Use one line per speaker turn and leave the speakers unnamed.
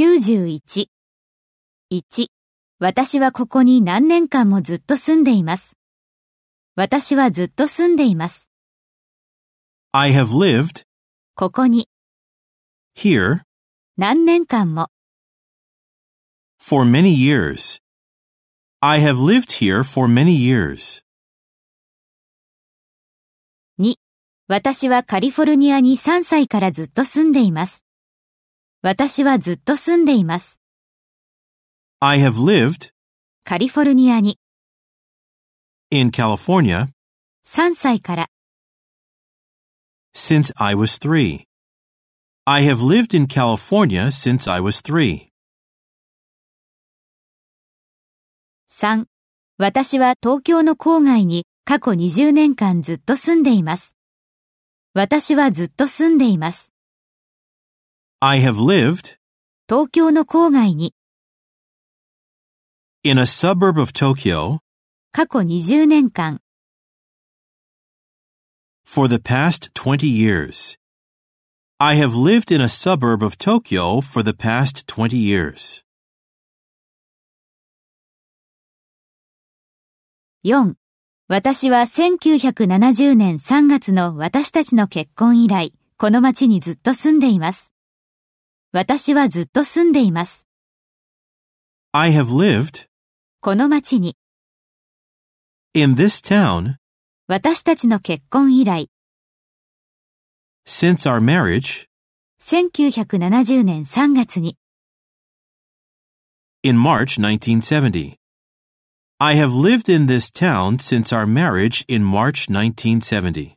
91。1. 私はここに何年間もずっと住んでいます。私はずっと住んでいます。
I have lived
ここに
here
何年間も
for many years. I have lived here for many years.
私はカリフォルニアに3歳からずっと住んでいます。私はずっと住んでいます。
I have lived
カリフォルニアに
in California
3歳から。
since I was three. I have lived in California since I was three.
3. 私は東京の郊外に過去20年間ずっと住んでいます。私はずっと住んでいます。
I have lived
東京の郊外に
in a suburb of Tokyo
過去20年間
for the past 20 years. I have lived in a suburb of Tokyo for the past 20 years.
4. 私は1970年3月の私たちの結婚以来、この町にずっと住んでいます。私はずっと住んでいます。
I have lived
この町に、
in this town
私たちの結婚以来、
since our marriage
1970年3月に、
in March 1970. I have lived in this town since our marriage in March 1970.